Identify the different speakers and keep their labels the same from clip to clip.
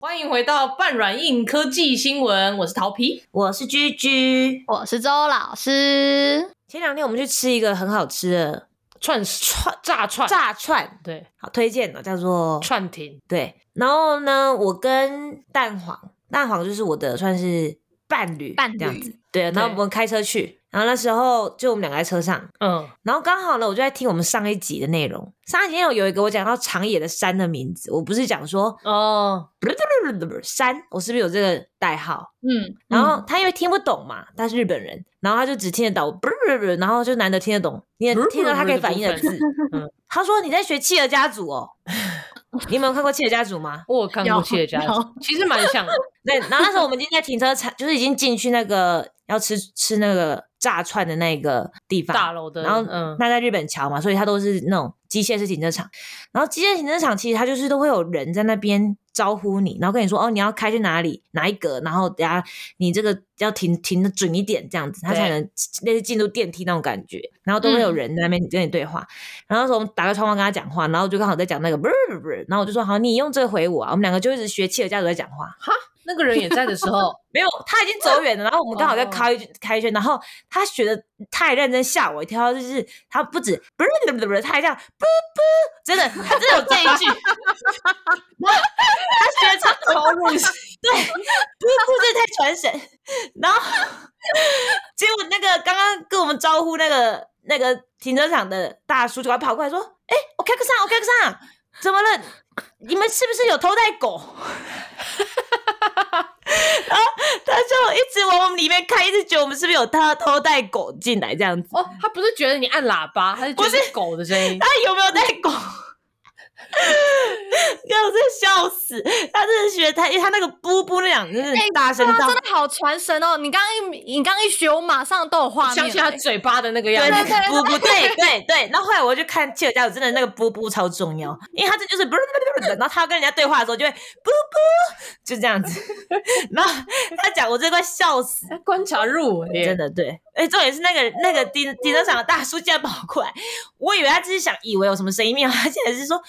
Speaker 1: 欢迎回到半软硬科技新闻，我是桃皮。
Speaker 2: 我是居居。
Speaker 3: 我是周老师，
Speaker 2: 前两天我们去吃一个很好吃的
Speaker 1: 串串炸串，
Speaker 2: 炸串，
Speaker 1: 对
Speaker 2: 好推荐哦的，叫做
Speaker 1: 串停，
Speaker 2: 对。然后呢，我跟蛋黄，蛋黄就是我的算是伴侣，
Speaker 3: 伴侣
Speaker 2: 这样子。对，然后我们开车去，然后那时候就我们两个在车上，
Speaker 1: 嗯，
Speaker 2: 然后刚好呢，我就在听我们上一集的内容。上一集内容有一个我讲到长野的山的名字，我不是讲说
Speaker 1: 哦，
Speaker 2: 山，我是不是有这个代号？
Speaker 3: 嗯，
Speaker 2: 然后他因为听不懂嘛，他是日本人，然后他就只听得到，不不不，然后就难得听得懂，你也听到他可以反应的字
Speaker 1: 嗯。
Speaker 2: 他说你在学《企鹅家族》哦，你有没有看过《企鹅家族》吗？
Speaker 1: 我有看过
Speaker 3: 有
Speaker 1: 《谢家族》，其实蛮 像的，
Speaker 2: 对，然后那时候我们已经在停车场，就是已经进去那个要吃吃那个炸串的那个地方，
Speaker 1: 大楼的，
Speaker 2: 然后
Speaker 1: 嗯，
Speaker 2: 那在日本桥嘛，所以它都是那种机械式停车场。然后机械停车场其实它就是都会有人在那边招呼你，然后跟你说哦你要开去哪里哪一格，然后等下你这个要停停的准一点这样子，它
Speaker 1: 对
Speaker 2: 才
Speaker 1: 嗯
Speaker 2: 能类似进入电梯那种感觉。然后都会有人在那边跟你对话。然后那时候我们打开窗户跟他讲话，然后就刚好在讲那个不不不，然后我就说好你用这个回我啊，我们两个就一直学企鹅家族在讲话。
Speaker 1: 那个人也在的时候，
Speaker 2: 没有，他已经走远了。然后我们刚好在
Speaker 1: 哦
Speaker 2: 开、开圈，然后他学的太认真，吓我一跳。就是他不止不是不是不是，他还这样不不，真的，他真的有这一句，他学的超投入，对，不不，这太传神。然后结果那个刚刚跟我们招呼那个那个停车场的大叔，就快跑过来说：“哎、我开个上，我开个上，怎么了？你们是不是有偷带狗？” 他就一直往我们里面看，一直觉得我们是不是有他偷带狗进来这样子？
Speaker 1: 哦，他不是觉得你按喇 叭，他是觉得
Speaker 2: 不是
Speaker 1: 是狗的声 音
Speaker 2: 他，有没有带 狗？我真的笑死！他真的学他，因为他那个“布布”那两个字
Speaker 3: 哎
Speaker 2: 大声
Speaker 3: 哇，
Speaker 2: 到
Speaker 3: 真，的好传神哦！你刚刚一你刚刚一学，我马上都有画面
Speaker 1: 想
Speaker 3: 了，
Speaker 1: 起他嘴巴的那个样
Speaker 2: 对，
Speaker 1: 子
Speaker 2: 那，
Speaker 3: 对
Speaker 2: 个“布布”，对对对。然后后来我就看切尔家，我真的那个“布布”超重要，因为他这就是不是不是，然后他跟人家对话的时候就会“布布”，就这样子。 然后他讲，我真的快笑死。
Speaker 1: 哎观察入微，
Speaker 2: 真的对，哎、重点是那个那个停停车场的大叔竟然跑过来，我以为他只是想以为有什么声音，没有，他竟然是说哦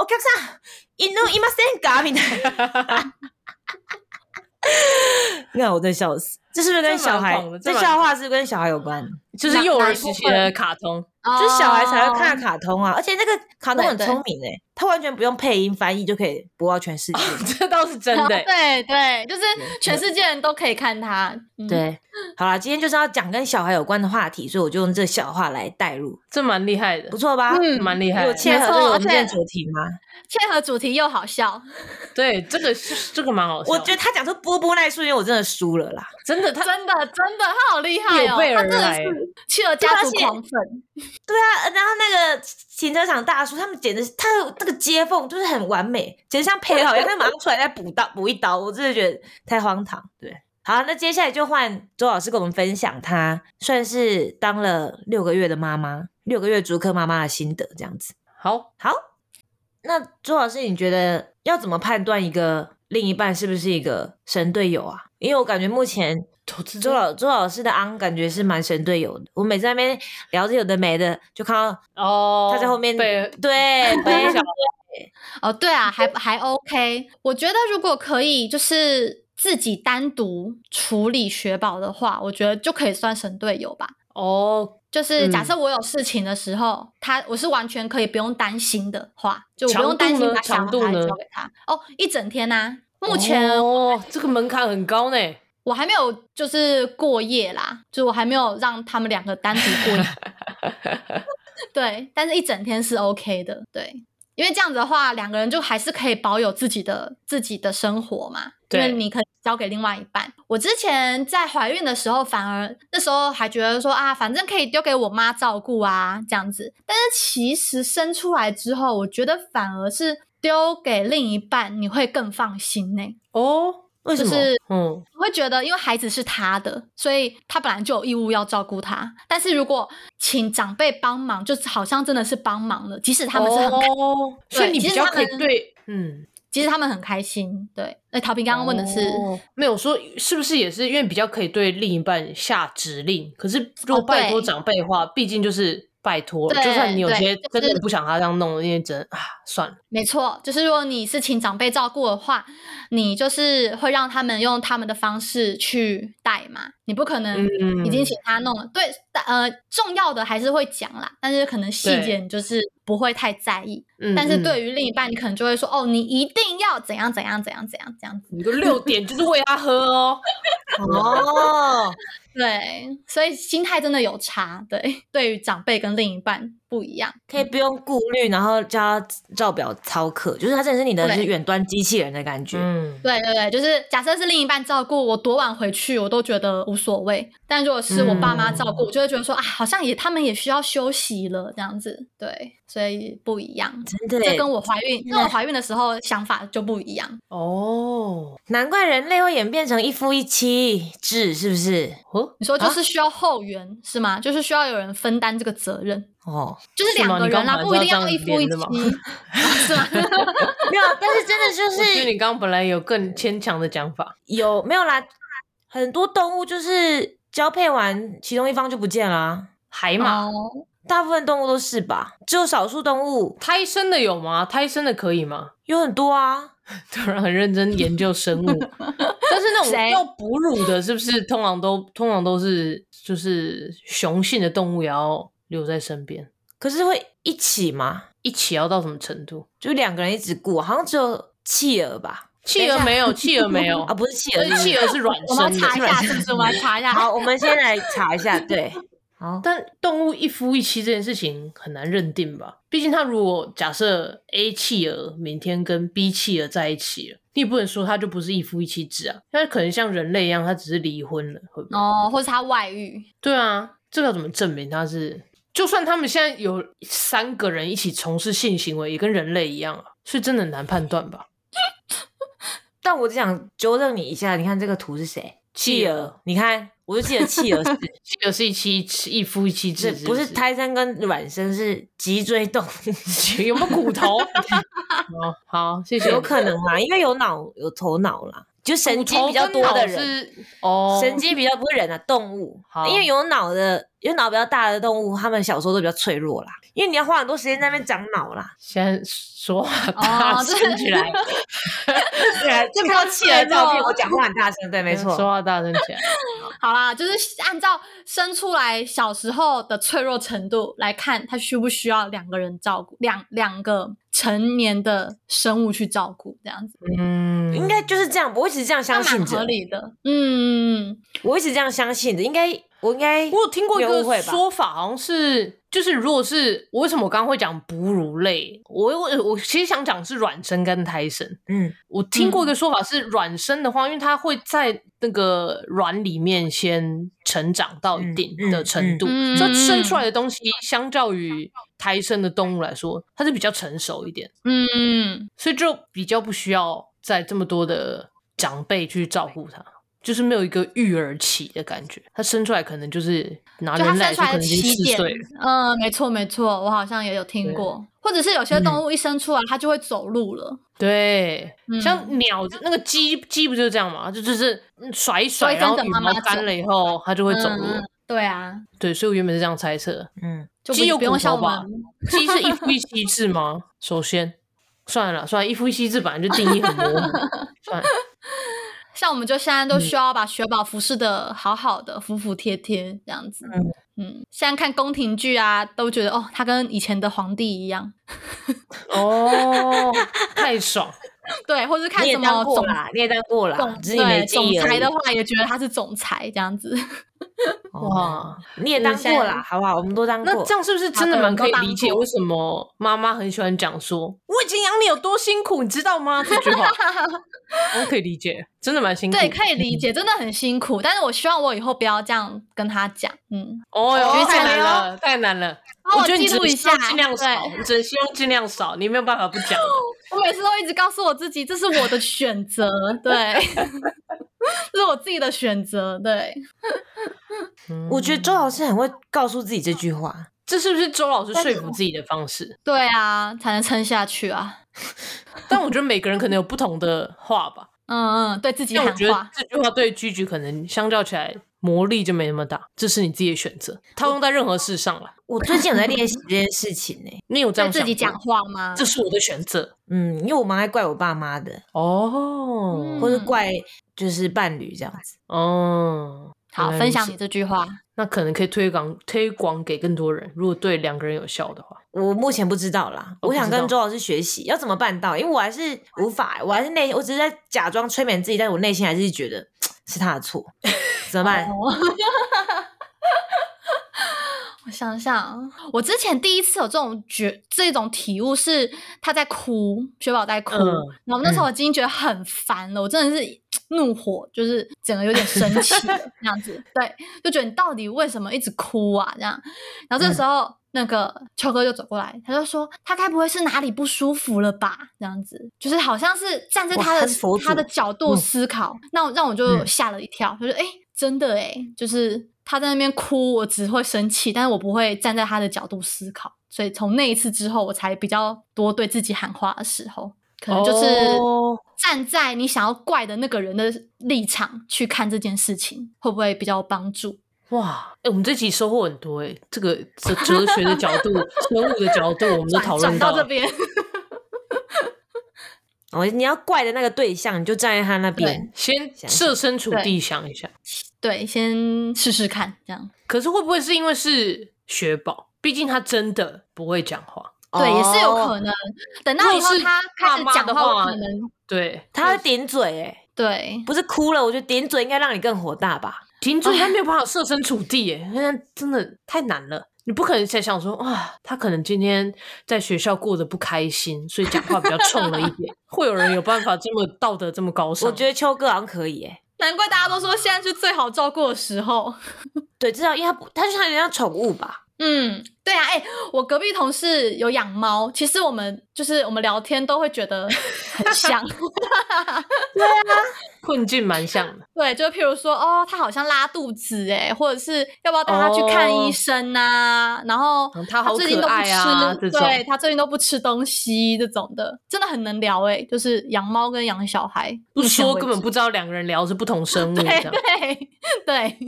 Speaker 2: “我看上一路一马三嘎”みたいな。 那我真的笑死，这是不是
Speaker 1: 这
Speaker 2: 跟
Speaker 1: 蛮
Speaker 2: 小孩
Speaker 1: 狂的？这
Speaker 2: 这
Speaker 1: 蛮
Speaker 2: 笑话是不是跟小孩有关？
Speaker 1: 就是幼儿时期的卡通，
Speaker 3: 哦，
Speaker 2: 就是小孩才会看的卡通啊，而且那个卡通
Speaker 3: 对
Speaker 2: 很
Speaker 3: 对
Speaker 2: 聪明哎、他完全不用配音翻译就可以播到全世界。
Speaker 1: 这倒是真的 欸。
Speaker 3: 对对，就是全世界人都可以看他。嗯，
Speaker 2: 对，好啦，今天就是要讲跟小孩有关的话题，所以我就用这笑话来带入，
Speaker 1: 这蛮厉害的
Speaker 2: 不，错吧？
Speaker 3: 嗯
Speaker 1: 蛮厉害
Speaker 2: 有
Speaker 1: 的。
Speaker 2: 切合
Speaker 3: 没
Speaker 2: 这
Speaker 3: 错
Speaker 2: 个我
Speaker 3: 而
Speaker 2: 们今天
Speaker 3: 且
Speaker 2: 主题吗？
Speaker 3: 切合主题又好笑，
Speaker 1: 对，这个是这个蛮好笑的。
Speaker 2: 我觉得他讲出波波那一瞬间，我真的输了啦。
Speaker 1: 真的，他
Speaker 3: 真的真的，他好厉害
Speaker 1: 有
Speaker 3: 哦，
Speaker 1: 备
Speaker 3: 他
Speaker 1: 而
Speaker 3: 真的
Speaker 1: 来
Speaker 3: 是切尔家族狂粉，
Speaker 2: 对啊，然后那个停车场大叔他们简直是，他的这个接缝就是很完美，简直像配好一样，他马上出来再补刀补一刀，我真的觉得太荒唐。对，好，那接下来就换周老师跟我们分享他算是当了六个月的妈妈，六个月足科妈妈的心得这样子。
Speaker 1: 好，
Speaker 2: 好，那周老师，你觉得要怎么判断一个另一半是不是一个神队友啊？因为我感觉目前
Speaker 1: 投资
Speaker 2: 周老周老师的昂感觉是蛮神队友的。我每次在那边聊着有的没的，就看到
Speaker 1: 哦，
Speaker 2: 他在后面、
Speaker 1: 被
Speaker 2: 对
Speaker 1: 分
Speaker 2: 被
Speaker 1: 享，
Speaker 3: 哦，对啊，还还 OK。我觉得如果可以，就是自己单独处理雪宝的话，我觉得就可以算神队友吧。
Speaker 1: 哦，
Speaker 3: 就是假
Speaker 1: 嗯
Speaker 3: 设我有事情的时候，他我是完全可以不用担心的话，就我不
Speaker 1: 长
Speaker 3: 用担
Speaker 1: 度
Speaker 3: 心
Speaker 1: 呢
Speaker 3: 把小
Speaker 1: 长
Speaker 3: 孩
Speaker 1: 度呢
Speaker 3: 交给他哦，一整天呐、目前
Speaker 1: 哦，这个门槛很高呢。
Speaker 3: 我还没有就是过夜啦，就我还没有让他们两个单独过夜。 对，但是一整天是 OK 的，对，因为这样子的话，两个人就还是可以保有自己的自己的生活嘛，因为
Speaker 1: 对
Speaker 3: 你可以交给另外一半。我之前在怀孕的时候，反而那时候还觉得说啊，反正可以丢给我妈照顾啊，这样子。但是其实生出来之后，我觉得反而是丢给另一半，你会更放心呢、
Speaker 1: 哦，
Speaker 2: 为什
Speaker 3: 就
Speaker 2: 么？
Speaker 3: 是
Speaker 1: 嗯，
Speaker 3: 我会觉得，因为孩子是他的，所以他本来就有义务要照顾他。但是如果请长辈帮忙，就是好像真的是帮忙了，即使他们是很，
Speaker 1: 哦，所以
Speaker 3: 对
Speaker 1: 你
Speaker 3: 其
Speaker 1: 比
Speaker 3: 实
Speaker 1: 较
Speaker 3: 他
Speaker 1: 可以
Speaker 3: 们
Speaker 1: 对，嗯，
Speaker 3: 即使他们很开心。对，那陶平刚刚问的是，
Speaker 1: 哦没有说是不是也是因为比较可以对另一半下指令，可是如果
Speaker 3: 哦
Speaker 1: 拜托
Speaker 3: 对
Speaker 1: 长辈的话，毕竟就是拜托了，
Speaker 3: 对
Speaker 1: 就算你有些
Speaker 3: 对
Speaker 1: 真
Speaker 3: 就
Speaker 1: 的
Speaker 3: 是
Speaker 1: 不想他这样弄，因为真啊算了，
Speaker 3: 没错，就是如果你是请长辈照顾的话，你就是会让他们用他们的方式去带嘛，你不可能
Speaker 1: 嗯，
Speaker 3: 已经请他弄了。对，但呃，重要的还是会讲啦，但是可能细节
Speaker 1: 对
Speaker 3: 你就是不会太在意。
Speaker 1: 嗯，
Speaker 3: 但是
Speaker 1: 嗯
Speaker 3: 对于另一半，你可能就会说，哦，你一定要怎样怎样怎样怎样这样子。
Speaker 1: 你个六点就是喂他喝 哦，
Speaker 2: 哦，
Speaker 3: 对，所以心态真的有差。对， 对于长辈跟另一半不一样。
Speaker 2: 可以不用顾虑，然后叫他照表操课，就是他真的是你的
Speaker 3: 对
Speaker 2: 就是远端机器人的感觉。
Speaker 1: 嗯，
Speaker 3: 对对对，就是假设是另一半照顾我，多晚回去我都觉得无所谓。但如果是我爸
Speaker 1: 嗯
Speaker 3: 妈照顾，我就会觉得说啊，好像也他们也需要休息了这样子。对，所以不一样。
Speaker 2: 真的
Speaker 3: 这
Speaker 2: 耶，
Speaker 3: 跟我怀孕，跟我怀孕的时候想法就不一样。
Speaker 1: 哦，
Speaker 2: 难怪人类会演变成一夫一妻制，是不是？
Speaker 1: 哦，
Speaker 3: 你说就是需要后援、是吗？就是需要有人分担这个责任，
Speaker 2: 哦，
Speaker 3: 就是
Speaker 1: 是吗
Speaker 3: 两个
Speaker 1: 你
Speaker 3: 人
Speaker 1: 刚
Speaker 3: 啦，
Speaker 1: 本来
Speaker 3: 不一定
Speaker 1: 就要
Speaker 3: 要
Speaker 1: 这
Speaker 3: 一
Speaker 1: 样
Speaker 3: 夫一
Speaker 1: 连的嘛
Speaker 3: 妻，啊是吗？
Speaker 2: 没有，啊但是真的就
Speaker 1: 我觉得
Speaker 2: 是
Speaker 1: 你刚刚本来有更牵强的讲法，
Speaker 2: 有没有啦？很多动物就是交配完，其中一方就不见啦、
Speaker 1: 海马，
Speaker 3: 哦
Speaker 2: 大部分动物都是吧，只有少数动物
Speaker 1: 胎生的有吗？胎生的可以吗？
Speaker 2: 有很多啊。
Speaker 1: 突然很认真研究生物，但是那种
Speaker 3: 谁
Speaker 1: 要哺乳的，是不是通常都通常都是就是雄性的动物也要留在身边，
Speaker 2: 可是会一起嘛？
Speaker 1: 一起要到什么程度？
Speaker 2: 就两个人一直顾，好像只有企鹅吧？
Speaker 1: 企鹅没有，企鹅没有
Speaker 2: 啊，，不是企鹅，
Speaker 1: 而且哦企鹅是卵
Speaker 3: 我
Speaker 1: 生
Speaker 3: 们
Speaker 1: 的，
Speaker 3: 要查一
Speaker 1: 是卵
Speaker 3: 下
Speaker 1: 生
Speaker 3: 是不是？我 们要查一下。
Speaker 2: 好，我们先来查一下，对，好，
Speaker 1: 但动物一夫一妻这件事情很难认定吧？毕竟它如果假设 A 企鹅明天跟 B 企鹅在一起了，你也不能说它就不是一夫一妻制啊，它可能像人类一样，它只是离婚了，会不会？
Speaker 3: 哦，或是他 外遇，
Speaker 1: 对啊，这个要怎么证明它是？就算他们现在有三个人一起从事性行为，也跟人类一样啊，所以真的很难判断吧？
Speaker 2: 但我只想纠正你一下，你看这个图是谁？企
Speaker 1: 企鹅
Speaker 2: 鹅，你看，我就记得企 鹅是，
Speaker 1: 企鹅是一妻一夫一妻制，
Speaker 2: 是不是胎生跟卵生是脊椎动物？
Speaker 1: 有没有骨头？ 哦，好，谢谢。
Speaker 2: 有可能啦，因为有脑有头脑啦，就神
Speaker 1: 骨
Speaker 2: 经
Speaker 1: 头
Speaker 2: 比较
Speaker 1: 跟
Speaker 2: 多
Speaker 1: 脑
Speaker 2: 的人，
Speaker 1: 是哦，
Speaker 2: 神经比较不是人啊，动物
Speaker 1: 好，
Speaker 2: 因为有脑的，有脑比较大的动物，它们小时候都比较脆弱啦，因为你要花很多时间在那边长脑啦。
Speaker 1: 现在说话
Speaker 3: 哦
Speaker 2: 哦
Speaker 1: 大
Speaker 3: 对
Speaker 1: 声啊起来，
Speaker 2: 对啊，这
Speaker 3: 看到企鹅照片我
Speaker 2: 讲话很大声，对，
Speaker 1: 说。话大声起 来。
Speaker 3: 好啦，就是按照生出来小时候的脆弱程度来看，他需不需要两个人照顾，两两个成年的生物去照顾，这样子，
Speaker 1: 嗯，
Speaker 2: 应该就是这样，我一直这样
Speaker 3: 那
Speaker 2: 相信
Speaker 3: 蛮合
Speaker 2: 着，
Speaker 3: 理的。嗯，
Speaker 2: 我一直这样相信着，应该我应该
Speaker 1: 我有听过一
Speaker 2: 没有
Speaker 1: 个
Speaker 2: 误会吧
Speaker 1: 说法，好像是就是如果是我为什么我刚刚会讲哺乳类，我我我其实想讲是卵生跟胎生。
Speaker 2: 嗯
Speaker 1: 我听过一个说法是，卵生的话，因为它会在那个卵里面先成长到一定的程度，
Speaker 3: 嗯嗯嗯嗯
Speaker 1: 所以生出来的东西相较于胎生的动物来说，它是比较成熟一点。
Speaker 3: 嗯，
Speaker 1: 所以就比较不需要在这么多的长辈去照顾他，就是没有一个育儿期的感觉。他生出来可能就是拿
Speaker 3: 就他
Speaker 1: 人来
Speaker 3: 生
Speaker 1: 的时候可
Speaker 3: 出来的
Speaker 1: 能已经
Speaker 3: 起
Speaker 1: 四
Speaker 3: 点
Speaker 1: 岁了，，
Speaker 3: 嗯，没错没错，我好像也有听
Speaker 1: 对嗯
Speaker 3: 过，或者是有些动物一生出来它就会走路了，
Speaker 1: 对，
Speaker 3: 嗯
Speaker 1: 像鸟那个鸡鸡不就是这样嘛？就就是嗯甩一
Speaker 3: 所
Speaker 1: 甩，
Speaker 3: 以跟
Speaker 1: 然后
Speaker 3: 着
Speaker 1: 羽
Speaker 3: 妈妈
Speaker 1: 毛干
Speaker 3: 走
Speaker 1: 了以后，它就会走路了。
Speaker 3: 嗯对啊，
Speaker 1: 对，所以我原本是这样猜测。
Speaker 2: 嗯，
Speaker 3: 就不
Speaker 1: 鸡有
Speaker 3: 不用
Speaker 1: 骨头
Speaker 3: 像我
Speaker 1: 吧
Speaker 3: 们，
Speaker 1: 鸡是一夫一妻制吗？ 首先，算了算了，一夫一妻制本来就定义很模糊，算了。
Speaker 3: 像我们就现在
Speaker 2: 嗯
Speaker 3: 都需要把雪宝服侍的好好的、服服帖帖这样子。
Speaker 2: 嗯
Speaker 3: 嗯现在看宫廷剧啊，都觉得哦，他跟以前的皇帝一样。
Speaker 1: 哦，太爽。
Speaker 3: 对，或是看
Speaker 2: 你也
Speaker 3: 什么
Speaker 2: 当过
Speaker 3: 总
Speaker 2: 啦，你也当过啦
Speaker 3: 总，
Speaker 2: 只是你没
Speaker 3: 对
Speaker 2: 记忆
Speaker 3: 总
Speaker 2: 而
Speaker 3: 裁
Speaker 2: 已哦
Speaker 3: 的。话，也觉得他是总裁这 样子。
Speaker 2: 哇，
Speaker 1: 哇，
Speaker 2: 你也当
Speaker 3: 现在
Speaker 2: 过啦，好不好？我们都当过。
Speaker 1: 哦那这样是不是真的
Speaker 3: 好的
Speaker 1: 蛮可以
Speaker 3: 我都
Speaker 1: 理解
Speaker 3: 当过
Speaker 1: 为什么妈妈很喜欢讲说“我已经养你有多辛苦，你知道吗？”这句话我可以理解，真的蛮辛苦。
Speaker 3: 对，可以理解，真的很辛苦。但是我希望我以后不要这样跟他讲。嗯，
Speaker 1: 哦
Speaker 2: 哦
Speaker 1: 哟，太
Speaker 2: 哎
Speaker 1: 难
Speaker 2: 呦
Speaker 1: 了，太难了。
Speaker 3: 帮
Speaker 1: 觉得你
Speaker 3: 哦记
Speaker 1: 只
Speaker 3: 录
Speaker 1: 能
Speaker 3: 一
Speaker 1: 希
Speaker 3: 下
Speaker 1: 望，尽量
Speaker 3: 对
Speaker 1: 少，你只能希望尽量少，你没有办法不讲。
Speaker 3: 我每次都一直告诉我自己，这是我的选择， 对， 这是我自己的选择，对。
Speaker 2: 我觉得周老师很会告诉自己这句话。
Speaker 1: 嗯这是不是周老师说服自己的方式？
Speaker 3: 对啊，才能撑下去啊。
Speaker 1: 但我觉得每个人可能有不同的话吧。
Speaker 3: 嗯嗯，对自己
Speaker 1: 但我
Speaker 3: 喊
Speaker 1: 觉得
Speaker 3: 话，
Speaker 1: 这句话对居居可能相较起来魔力就没那么大，这是你自己的选择，套用在任何事上了。
Speaker 2: 我最近有在练习这件事情呢、
Speaker 1: 你有这
Speaker 3: 对
Speaker 1: 样
Speaker 3: 自己
Speaker 1: 想
Speaker 3: 讲
Speaker 1: 过，
Speaker 3: 话吗？
Speaker 1: 这是我的选择
Speaker 2: 嗯，因为我蛮爱怪我爸妈的，
Speaker 1: 哦
Speaker 3: 嗯
Speaker 2: 或是怪就是伴侣这样子。
Speaker 1: 哦。
Speaker 3: 好，
Speaker 1: 原来
Speaker 3: 分
Speaker 1: 如
Speaker 3: 享
Speaker 1: 此
Speaker 3: 你这句话。
Speaker 1: 那可能可以推广推广给更多人，如果对两个人有效的话，
Speaker 2: 我目前不知道啦，
Speaker 1: 哦
Speaker 2: 我想
Speaker 1: 不知道
Speaker 2: 跟周老师学习，要怎么办到？因为我还是无法，欸我还是内，我只是在假装催眠自己，但我内心还是觉得是他的错，怎么办？
Speaker 3: 哦我想想，我之前第一次有这种觉这种体悟是他在哭，雪宝在哭，
Speaker 1: 嗯
Speaker 3: 然后那时候我已经觉得很烦了，我真的是怒火，就是整个有点生气 了这样子，对，就觉得你到底为什么一直哭啊这样，然后
Speaker 1: 嗯
Speaker 3: 这时候。那个秋哥就走过来，他就说：“他该不会是哪里不舒服了吧？”这样子，就是好像是站在
Speaker 2: 哇
Speaker 3: 他的
Speaker 2: 他是佛
Speaker 3: 他的
Speaker 2: 祖
Speaker 3: 角度
Speaker 1: 嗯
Speaker 3: 思考，那我让我就
Speaker 1: 嗯
Speaker 3: 吓了一跳，就是哎、诶真的哎、就是他在那边哭，我只会生气，但是我不会站在他的角度思考，所以从那一次之后，我才比较多对自己喊话的时候，可能就是
Speaker 1: 哦
Speaker 3: 站在你想要怪的那个人的立场去看这件事情，会不会比较有帮助？
Speaker 1: 哇，哎、我们这集收获很多哎、这个哲哲学的角 度、生物的角度，我们都
Speaker 3: 转
Speaker 1: 讨论
Speaker 3: 转到
Speaker 1: 了
Speaker 3: 这边，
Speaker 2: 哦，你要怪的那个对象，你就站在他那边。
Speaker 1: 先
Speaker 2: 想
Speaker 1: 设身处
Speaker 3: 对
Speaker 1: 地想一下，
Speaker 3: 对，先试试看，这样
Speaker 1: 可是会不会是因为是雪宝？毕竟他真的不会讲话，
Speaker 3: 对、也是有可
Speaker 2: 哦，
Speaker 3: 能。等到
Speaker 1: 如
Speaker 3: 以
Speaker 1: 果
Speaker 3: 后
Speaker 1: 是
Speaker 3: 他开
Speaker 1: 爸
Speaker 3: 始
Speaker 1: 妈
Speaker 3: 讲
Speaker 1: 的
Speaker 3: 话，我
Speaker 1: 话
Speaker 3: 可能
Speaker 1: 对，
Speaker 2: 他会顶嘴、欸，
Speaker 3: 对
Speaker 2: 不是哭了，我觉得顶嘴应该让你更火大吧？
Speaker 1: 停住，他没有办法设身处地 哎、那真的太难了。你不可能在想说啊，他可能今天在学校过得不开心，所以讲话比较冲了一点。 会有人有办法这么道德这么高尚？
Speaker 2: 我觉得秋哥好像可以、欸，
Speaker 3: 难怪大家都说现在是最好照顾的时候。
Speaker 2: 对，至少因为他不，他就像人家宠物吧，
Speaker 3: 嗯，对啊，哎、我隔壁同事有养猫，其实我们就是我们聊天都会觉得很 像，
Speaker 1: 困境蛮像 的。
Speaker 3: 对，就譬如说，哦，它好像拉肚子，哎，或者是要不要带它去看医
Speaker 1: 哦
Speaker 3: 生啊？然后
Speaker 1: 嗯它
Speaker 3: 它
Speaker 1: 好
Speaker 3: 最近
Speaker 1: 可
Speaker 3: 都不
Speaker 1: 爱
Speaker 3: 吃，
Speaker 1: 啊这种
Speaker 3: 对，它最近都不吃东西，这种的真的很能聊，哎，就是养猫跟养小孩，
Speaker 1: 不
Speaker 3: 目前
Speaker 1: 说
Speaker 3: 为
Speaker 1: 根本
Speaker 3: 止
Speaker 1: 不知道两个人聊的是不同生物这
Speaker 3: 对
Speaker 1: 样。
Speaker 3: 对对，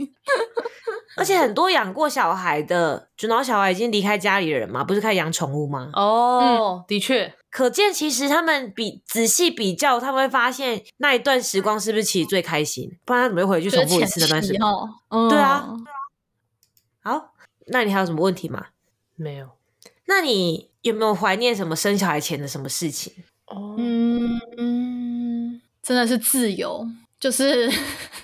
Speaker 2: 而且很多养过小孩的，就然后小孩已经离开家里的人嘛，不是开始养宠物吗？
Speaker 1: 哦，的确，
Speaker 2: 可见其实他们比仔细比较，他们会发现那一段时光是不是其实最开心，不然他怎么会回去
Speaker 3: 就是
Speaker 2: 重复一
Speaker 3: 前
Speaker 2: 次那段时
Speaker 3: 期
Speaker 2: 间？
Speaker 3: 哦，嗯，
Speaker 2: 对啊，好，那你还有什么问题吗？
Speaker 1: 没有。
Speaker 2: 那你有没有怀念什么生小孩前的什么事情？
Speaker 1: 哦，
Speaker 3: 嗯嗯，真的是自由，就是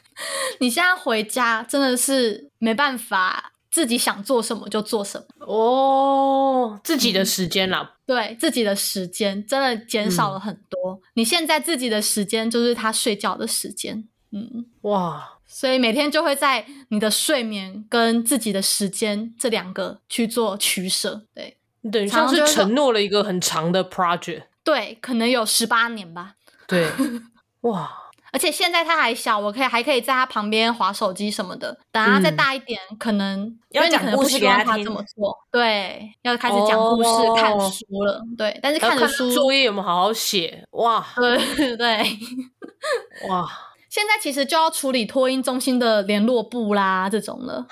Speaker 3: 你现在回家真的是没办法自己想做什么就做什么，
Speaker 1: 哦，自己的时间啦，
Speaker 3: 对自己的时间真的减少
Speaker 1: 嗯
Speaker 3: 了很多。你现在自己的时间就是他睡觉的时间，嗯，
Speaker 1: 哇，
Speaker 3: 所以每天就会在你的睡眠跟自己的时间这两个去做取舍，对
Speaker 1: 你等于
Speaker 3: 常
Speaker 1: 像
Speaker 3: 常就是会说
Speaker 1: 承诺了一个很长的 project，
Speaker 3: 对，可能有十八年吧。
Speaker 1: 对， 哇，
Speaker 3: 而且现在他还小，我可以还可以在他旁边划手机什么的。等他再
Speaker 1: 嗯
Speaker 3: 大一点，可能因
Speaker 2: 要
Speaker 3: 为你
Speaker 2: 讲
Speaker 3: 可能
Speaker 2: 故
Speaker 3: 不
Speaker 2: 事
Speaker 3: 希
Speaker 2: 给
Speaker 3: 望
Speaker 2: 他
Speaker 3: 他
Speaker 2: 听
Speaker 3: 这么做，对，要开始讲故事、
Speaker 1: 哦
Speaker 3: 看书了，对。但是
Speaker 1: 要
Speaker 3: 看着
Speaker 1: 看
Speaker 3: 书，
Speaker 1: 作业有没有好好写，哇
Speaker 3: 对对。
Speaker 1: 哇，
Speaker 3: 现在其实就要处理托婴中心的联络部啦，这种了。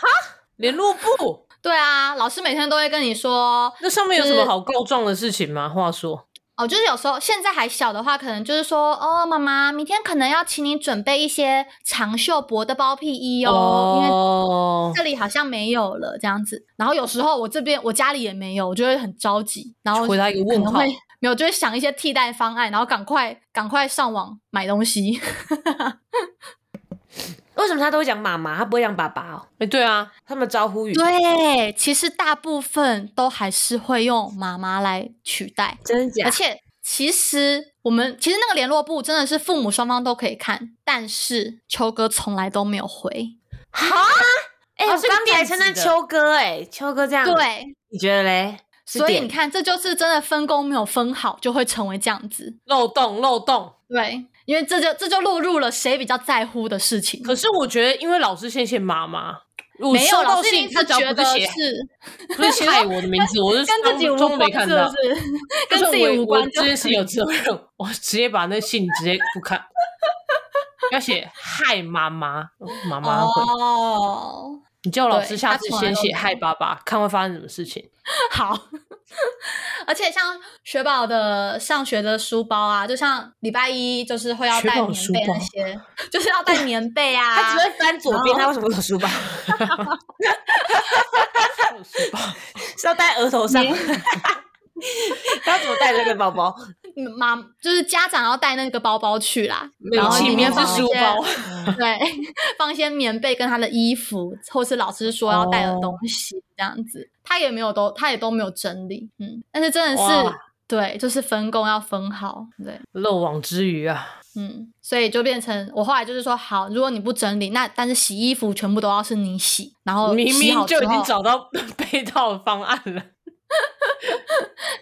Speaker 1: 联络部
Speaker 3: 对啊，老师每天都会跟你说，
Speaker 1: 那上面有什
Speaker 3: 就
Speaker 1: 么
Speaker 3: 是
Speaker 1: 好告状的事情吗？话说，
Speaker 3: 哦，就是有时候现在还小的话，可能就是说，哦，妈妈，明天可能要请你准备一些长袖薄的包屁衣哦因为
Speaker 1: 哦，
Speaker 3: 这里好像没有了这样子。然后有时候我这边我家里也没有，我就会很着急，然后
Speaker 1: 回答一个
Speaker 3: 可
Speaker 1: 问
Speaker 3: 能
Speaker 1: 号
Speaker 3: 会，没有，就会想一些替代方案，然后赶快赶快上网买东西。
Speaker 2: 为什么他都会讲妈妈，他不会讲爸爸哦？
Speaker 1: 哎，对啊，
Speaker 2: 他们招呼语，
Speaker 3: 对，其实大部分都还是会用妈妈来取代，
Speaker 2: 真假
Speaker 3: 而？且其实我们其实那个联络簿真的是父母双方都可以看，但是秋哥从来都没有回。
Speaker 2: 哎、
Speaker 1: 啊
Speaker 2: 我
Speaker 1: 是个
Speaker 2: 刚才
Speaker 1: 电
Speaker 2: 称
Speaker 1: 子
Speaker 2: 赞
Speaker 1: 的
Speaker 2: 秋哥、哎，秋哥
Speaker 1: 嗯
Speaker 2: 这样，，
Speaker 3: 对，
Speaker 2: 你觉得嘞？是
Speaker 3: 所以
Speaker 2: 点
Speaker 3: 你看，这就是真的分工没有分好，就会成为这样子。
Speaker 1: 漏洞漏洞。
Speaker 3: 对，因为这就这就落入了谁比较在乎的事情。
Speaker 1: 可是我觉得，因为老师先写妈妈，我
Speaker 3: 没有
Speaker 1: 收
Speaker 3: 老
Speaker 1: 到
Speaker 3: 师一
Speaker 1: 信，
Speaker 3: 定
Speaker 1: 他
Speaker 3: 是
Speaker 1: 只要
Speaker 3: 觉
Speaker 1: 不
Speaker 3: 得
Speaker 1: 是写
Speaker 3: 是
Speaker 1: 不是 写害我的名字，我是
Speaker 3: 跟自己无
Speaker 1: 装装
Speaker 3: 关，
Speaker 1: 没看到，
Speaker 3: 是不是？
Speaker 1: 就
Speaker 3: 跟
Speaker 1: 是
Speaker 3: 自己
Speaker 1: 我
Speaker 3: 无 关
Speaker 1: 我
Speaker 3: 就
Speaker 1: 这件事有责任，我直接把那信直接不看。要写害妈妈，哦妈妈会。
Speaker 3: 哦，
Speaker 1: 你叫老师
Speaker 3: 对
Speaker 1: 下
Speaker 3: 他
Speaker 1: 次
Speaker 3: 从来
Speaker 1: 先
Speaker 3: 都
Speaker 1: 写
Speaker 3: 没
Speaker 1: 害
Speaker 3: 有
Speaker 1: 爸爸，看会发生什么事情。
Speaker 3: 好，而且像雪宝的上学的书包啊，就像礼拜一就是会要
Speaker 1: 雪
Speaker 3: 带
Speaker 1: 宝
Speaker 3: 棉
Speaker 1: 书
Speaker 3: 被那
Speaker 1: 包
Speaker 3: 些，就是要带棉 被啊。
Speaker 4: 他只会翻左边，他为什么有书 包？是要戴额头上？ 他怎么带这个包包？
Speaker 3: 嗯妈就是家长要带那个包包去啦，
Speaker 1: 没有
Speaker 3: 然后
Speaker 1: 气
Speaker 3: 里
Speaker 1: 面
Speaker 3: 面
Speaker 1: 是
Speaker 3: 放一
Speaker 1: 书
Speaker 3: 些
Speaker 1: 包，
Speaker 3: 对， 放一些棉被跟他的衣服，或是老师说要带的
Speaker 1: 哦
Speaker 3: 东西这样子，他也没有都他也都没有整理，嗯，但是真的是
Speaker 1: 哇
Speaker 3: 对，就是分工要分好，对，
Speaker 1: 漏网之鱼啊！
Speaker 3: 嗯，所以就变成我后来就是说，好，如果你不整理，那但是洗衣服全部都要是你洗，然后
Speaker 1: 明
Speaker 3: 洗
Speaker 1: 明
Speaker 3: 哦好
Speaker 1: 就
Speaker 3: 之
Speaker 1: 已经
Speaker 3: 后
Speaker 1: 找到 被套方案了，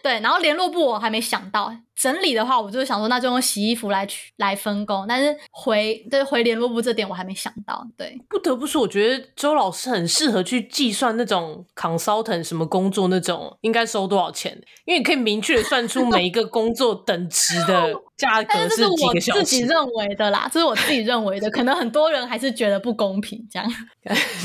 Speaker 3: 对，然后联络部我还没想到，整理的话，我就是想说，那就用洗衣服来去来分工，但是回对回联络部这点我还没想到，对，
Speaker 1: 不得不说，我觉得周老师很适合去计算那种 consultant 什么工作那种应该收多少钱，因为你可以明确地算出每一个工作等值 的价格
Speaker 3: 但是这
Speaker 1: 几
Speaker 3: 我
Speaker 1: 个小
Speaker 3: 自己
Speaker 1: 时，
Speaker 3: 认为的啦，这是我自己认为的，可能很多人还是觉得不公平这样。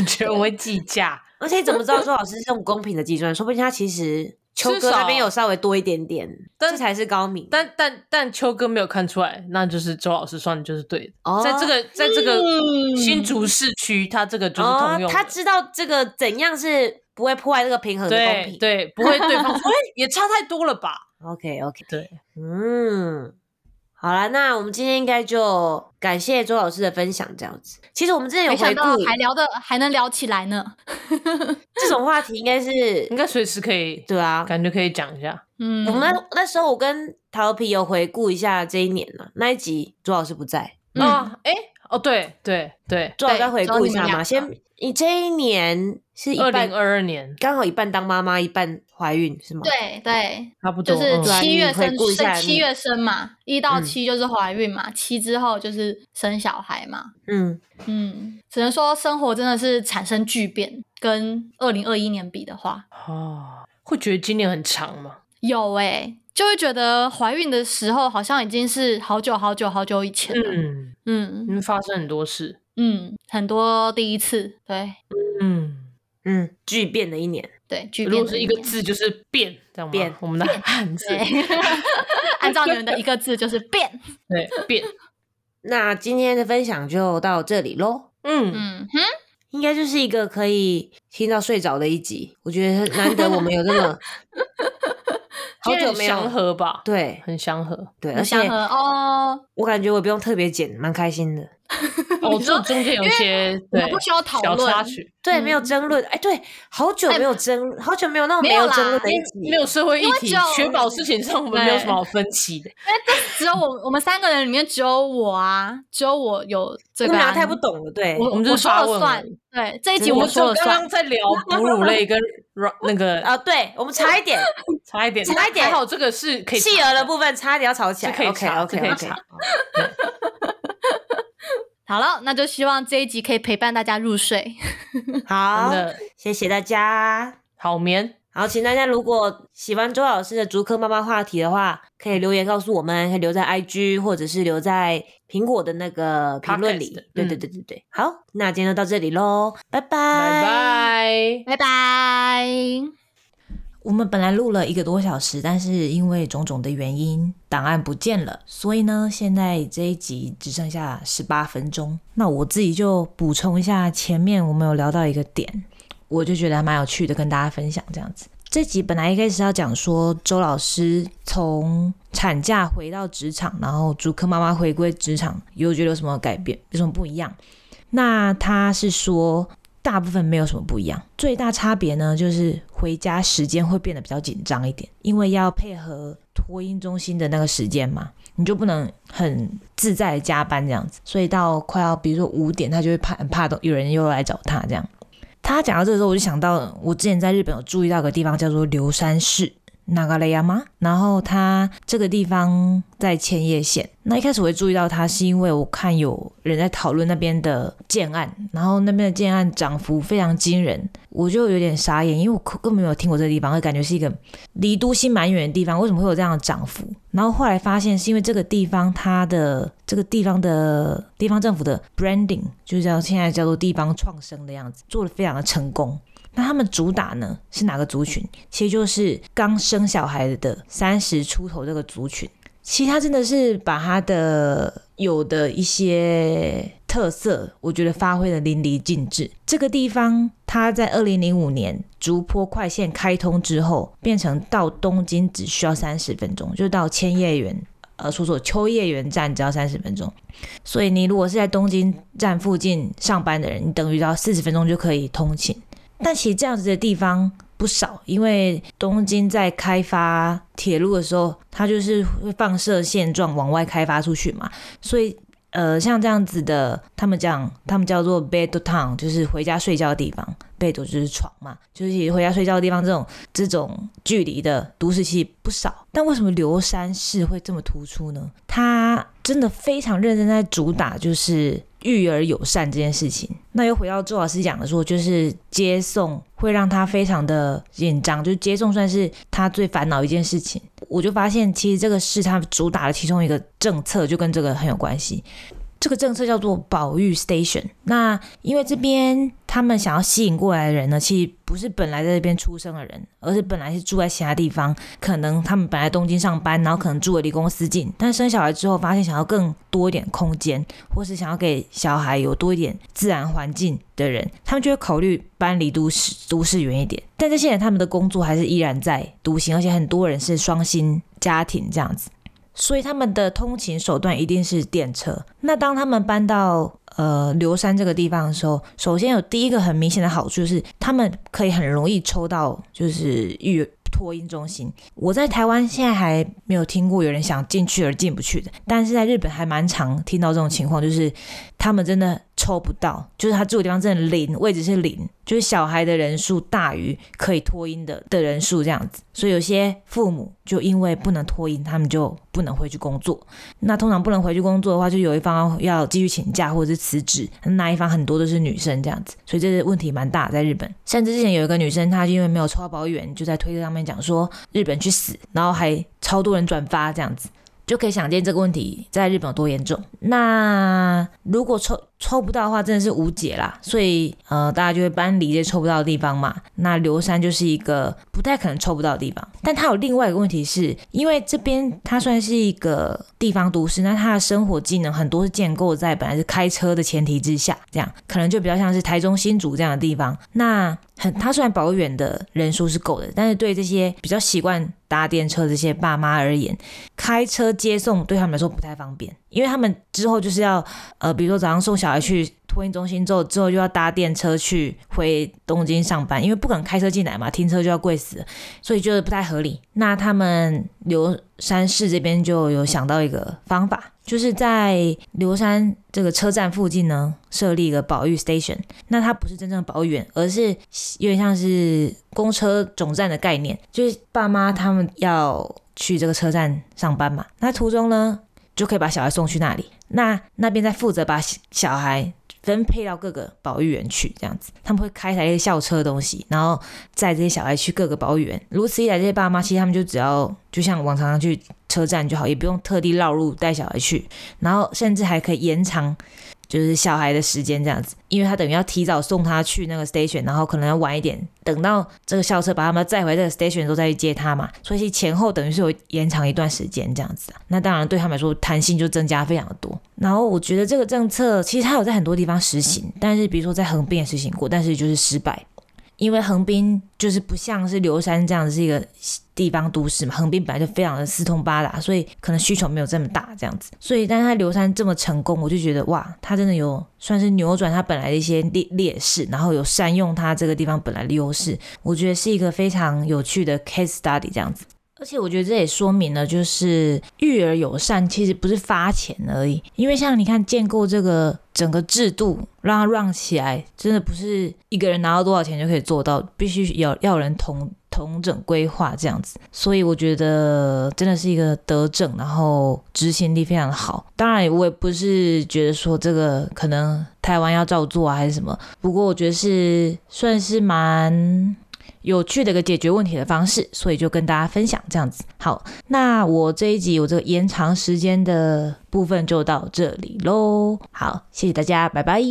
Speaker 1: 觉得我会计价。
Speaker 4: 而且你怎么知道周老师是用公平的计算？说不定他其实秋
Speaker 1: 至
Speaker 4: 哥
Speaker 1: 少
Speaker 4: 那边有稍微多一点点，
Speaker 1: 但
Speaker 4: 这才是高明。
Speaker 1: 但但但秋哥没有看出来，那就是周老师算的就是对的。
Speaker 4: 哦
Speaker 1: 在这个在这个
Speaker 3: 嗯
Speaker 1: 新竹市区，他这个就是通
Speaker 4: 哦，
Speaker 1: 用的。
Speaker 4: 他知道这个怎样是不会破坏这个平衡的公
Speaker 1: 对
Speaker 4: 平。
Speaker 1: 对，不会 对方说哎也差太多了吧？
Speaker 4: ，OK OK，
Speaker 1: 对，
Speaker 4: 嗯，好啦，那我们今天应该就感谢周老师的分享，这样子。其实我们之前有
Speaker 3: 没
Speaker 4: 回
Speaker 3: 想
Speaker 4: 顾
Speaker 3: 到还聊的还能聊起来呢，
Speaker 4: 这种话题，应该是
Speaker 1: 应该随时可以，
Speaker 4: 对啊。
Speaker 1: 感觉可以讲一下。
Speaker 3: 嗯，
Speaker 4: 我们那那时候我跟桃皮有回顾一下这一年呢，那一集周老师不在，
Speaker 3: 嗯
Speaker 1: 啊，哎，哦，对对对，
Speaker 4: 最好
Speaker 3: 对
Speaker 4: 再回
Speaker 3: 只有
Speaker 4: 顾一
Speaker 3: 你们啊
Speaker 4: 下
Speaker 3: 两
Speaker 4: 嘛。
Speaker 3: 个
Speaker 4: 先，你这一年是一
Speaker 1: 二
Speaker 4: 半
Speaker 1: 零，二二年
Speaker 4: 刚好一半当妈妈，一半怀孕是吗？，
Speaker 3: 对对，
Speaker 1: 差不多，
Speaker 3: 就是
Speaker 1: 嗯
Speaker 4: 对啊
Speaker 3: 七
Speaker 4: 你
Speaker 3: 月
Speaker 4: 回
Speaker 3: 生
Speaker 4: 顾一下
Speaker 3: 生
Speaker 4: 你
Speaker 3: 七月生嘛，一到
Speaker 4: 嗯
Speaker 3: 七就是怀孕嘛，七之后就是生小孩嘛，
Speaker 4: 嗯，
Speaker 3: 嗯，只能说生活真的是产生巨变，跟二零二一年比的话，
Speaker 1: 哦，会觉得今年很长吗？
Speaker 3: 有诶、就会觉得怀孕的时候好像已经是好久好久好久以前了，
Speaker 1: 嗯，
Speaker 3: 嗯
Speaker 1: 嗯，发生很多事，
Speaker 3: 嗯，很多第一次，对
Speaker 1: 嗯，
Speaker 4: 嗯，巨变的一年，
Speaker 3: 对，巨
Speaker 1: 如
Speaker 3: 变
Speaker 1: 果
Speaker 3: 的
Speaker 1: 是
Speaker 3: 一
Speaker 1: 一个
Speaker 3: 年，
Speaker 1: 字就是变，这样吗？
Speaker 4: 变
Speaker 1: 我们的汉字，
Speaker 3: 对，按照你们的一个字就是变，
Speaker 1: 对， 变，
Speaker 4: 那今天的分享就到这里喽。
Speaker 1: 嗯，
Speaker 3: 嗯哼，
Speaker 4: 应该就是一个可以听到睡着的一集，我觉得难得我们有这 么好
Speaker 1: 今天
Speaker 4: 久
Speaker 1: 很
Speaker 4: 没
Speaker 1: 祥
Speaker 4: 有，
Speaker 1: 和吧？，
Speaker 4: 对
Speaker 1: 很祥和。
Speaker 4: 对，而
Speaker 3: 很
Speaker 4: 且
Speaker 3: 祥和哦，
Speaker 4: 我感觉我不用特别剪，蛮开心的。
Speaker 1: 哦，
Speaker 3: 你
Speaker 1: 这
Speaker 3: 说
Speaker 1: 中间有一
Speaker 3: 因为
Speaker 1: 些
Speaker 3: 我
Speaker 1: 对
Speaker 3: 们不需要讨
Speaker 1: 小
Speaker 3: 论
Speaker 1: 插曲，
Speaker 4: 对，没有
Speaker 3: 嗯
Speaker 4: 争论，哎，对，好久
Speaker 3: 哎
Speaker 4: 没有争，好久没有那种
Speaker 3: 没
Speaker 4: 没
Speaker 3: 有
Speaker 4: 有争
Speaker 3: 啦
Speaker 4: 论的一集，
Speaker 1: 没有社会议
Speaker 3: 因为
Speaker 1: 题
Speaker 3: 只有，
Speaker 1: 雪宝事情上我们没有什么好分歧的。
Speaker 3: 因为这只有我我们三个人里面只有我啊，只有我有这
Speaker 4: 我
Speaker 3: 个
Speaker 4: 们
Speaker 3: 啊、
Speaker 4: 俩太不懂了，对，
Speaker 3: 我
Speaker 1: 我们就是
Speaker 3: 说了
Speaker 1: 发问
Speaker 3: 算
Speaker 1: 而已，
Speaker 3: 对，这一
Speaker 4: 真
Speaker 3: 集
Speaker 4: 的
Speaker 3: 我
Speaker 1: 们
Speaker 3: 们说
Speaker 1: 就
Speaker 3: 了
Speaker 1: 刚刚
Speaker 3: 算，
Speaker 1: 在 聊哺乳类跟软那个
Speaker 4: 啊，对，我们差一点，
Speaker 1: 差一点，
Speaker 4: 差一点
Speaker 1: 还好这个是可以
Speaker 4: 企鹅的部分差点要吵起来
Speaker 1: 是可以
Speaker 4: ，OK
Speaker 1: 查
Speaker 4: OK
Speaker 1: 是可以
Speaker 4: OK，
Speaker 1: 查
Speaker 3: 好了，那就希望这一集可以陪伴大家入睡。
Speaker 4: 好
Speaker 1: 真，的
Speaker 4: 谢谢大家。
Speaker 1: 好眠，
Speaker 4: 好，请大家如果喜欢周老师的竹科妈妈话题的话，可以留言告诉我们，可以留在 IG 或者是留在苹果的那个评论里
Speaker 1: Podcast，。
Speaker 4: 对对
Speaker 1: 嗯
Speaker 4: 对对对，好，那今天就到这里喽，拜拜
Speaker 1: 拜
Speaker 4: 拜。
Speaker 1: 拜。
Speaker 3: 拜拜。
Speaker 2: 我们本来录了一个多小时，但是因为种种的原因，档案不见了，所以呢，现在这一集只剩下十八分钟。那我自己就补充一下，前面我们有聊到一个点，我就觉得还蛮有趣的，跟大家分享这样子。这集本来一开始要讲说周老师从产假回到职场，然后主科妈妈回归职场，有觉得有什么改变，有什么不一样？那他是说大部分没有什么不一样，最大差别呢就是回家时间会变得比较紧张一点，因为要配合托婴中心的那个时间嘛，你就不能很自在的加班这样子，所以到快要比如说五点，他就会怕很怕都有人又来找他这样。他讲到这个时候，我就想到我之前在日本有注意到一个地方叫做流山市，那个雷亚吗？然后它这个地方在千叶县。那一开始我会注意到它，是因为我看有人在讨论那边的建案，然后那边的建案涨幅非常惊人，我就有点傻眼，因为我根本没有听过这个地方，而感觉是一个离都心蛮远的地方，为什么会有这样的涨幅？然后后来发现是因为这个地方它的这个地方的地方政府的 branding，就叫现在叫做地方创生的样子，做的非常的成功。那他们主打呢是哪个族群？其实就是刚生小孩的三十出头这个族群。其实他真的是把他的有的一些特色，我觉得发挥的淋漓尽致。这个地方，它在二零零五年竹坡快线开通之后，变成到东京只需要三十分钟，就到千叶园，呃，说说秋叶原站只要三十分钟。所以你如果是在东京站附近上班的人，你等于到四十分钟就可以通勤。但其实这样子的地方不少，因为东京在开发铁路的时候，它就是会放射线状往外开发出去嘛，所以呃，像这样子的，他们讲他们叫做 bed town，就是回家睡觉的地方，bed 就是床嘛，就是回家睡觉的地方。这种这种距离的都市其实不少，但为什么流山市会这么突出呢？它真的非常认真在主打就是育儿友善这件事情。那又回到周老师讲的说，就是接送会让他非常的紧张，就是接送算是他最烦恼一件事情。我就发现，其实这个是他主打的其中一个政策，就跟这个很有关系。这个政策叫做保育 station。那因为这边他们想要吸引过来的人呢，其实不是本来在这边出生的人，而是本来是住在其他地方，可能他们本来东京上班，然后可能住的离公司近，但生小孩之后发现想要更多一点空间，或是想要给小孩有多一点自然环境的人，他们就会考虑搬离都市都市远一点。但这些人他们的工作还是依然在独行，而且很多人是双薪家庭这样子。所以他们的通勤手段一定是电车。那当他们搬到呃流山这个地方的时候，首先有第一个很明显的好处就是，他们可以很容易抽到就是育托婴中心。我在台湾现在还没有听过有人想进去而进不去的，但是在日本还蛮常听到这种情况，就是他们真的抽不到，就是他住的地方真的零，位置是零，就是小孩的人数大于可以托婴的的人数这样子，所以有些父母就因为不能托婴，他们就不能回去工作。那通常不能回去工作的话，就有一方要继续请假或者是辞职，那一方很多都是女生这样子，所以这是问题蛮大的在日本。甚至之前有一个女生，她因为没有抽到保育员，就在推特上面讲说日本去死，然后还超多人转发这样子。就可以想见这个问题在日本有多严重。那如果抽抽不到的话，真的是无解啦。所以呃，大家就会搬离这些抽不到的地方嘛。那流山就是一个不太可能抽不到的地方。但它有另外一个问题是，因为这边它算是一个地方都市，那它的生活技能很多是建构在本来是开车的前提之下，这样可能就比较像是台中新竹这样的地方。那很，它虽然保远的人数是够的，但是对这些比较习惯搭电车这些爸妈而言，开车接送对他们来说不太方便，因为他们之后就是要呃，比如说早上送小孩去托运中心之后，之后就要搭电车去回东京上班，因为不可能开车进来嘛，停车就要贵死了，所以就是不太合理。那他们流山市这边就有想到一个方法，就是在流山这个车站附近呢设立一个保育 station，那它不是真正的保育员，而是有点像是公车总站的概念，就是爸妈他们要去这个车站上班嘛，那途中呢就可以把小孩送去那里，那那边再负责把小孩分配到各个保育园去，这样子他们会开台一些校车的东西，然后载这些小孩去各个保育园。如此一来，这些爸妈其实他们就只要就像往常去车站就好，也不用特地绕路带小孩去，然后甚至还可以延长就是小孩的时间这样子，因为他等于要提早送他去那个 station，然后可能要晚一点，等到这个校车把他们载回这个 station 之后再去接他嘛，所以前后等于是有延长一段时间这样子啊。那当然对他们来说弹性就增加非常的多。然后我觉得这个政策其实它有在很多地方实行，但是比如说在横滨也实行过，但是就是失败，因为横滨就是不像是流山这样是一个地方都市嘛，横滨本来就非常的四通八达，所以可能需求没有这么大这样子。所以，但是它流山这么成功，我就觉得哇，它真的有算是扭转它本来的一些劣劣势，然后有善用它这个地方本来的优势，我觉得是一个非常有趣的 case study 这样子。而且我觉得这也说明了，就是育儿友善其实不是发钱而已，因为像你看建构这个整个制度，让它 run 起来，真的不是一个人拿到多少钱就可以做到，必须要要有人同同整规划这样子。所以我觉得真的是一个德政，然后执行力非常好。当然，我也不是觉得说这个可能台湾要照做啊还是什么，不过我觉得是算是蛮有趣的一个解决问题的方式，所以就跟大家分享这样子。好，那我这一集我这个延长时间的部分就到这里喽。好，谢谢大家，拜拜。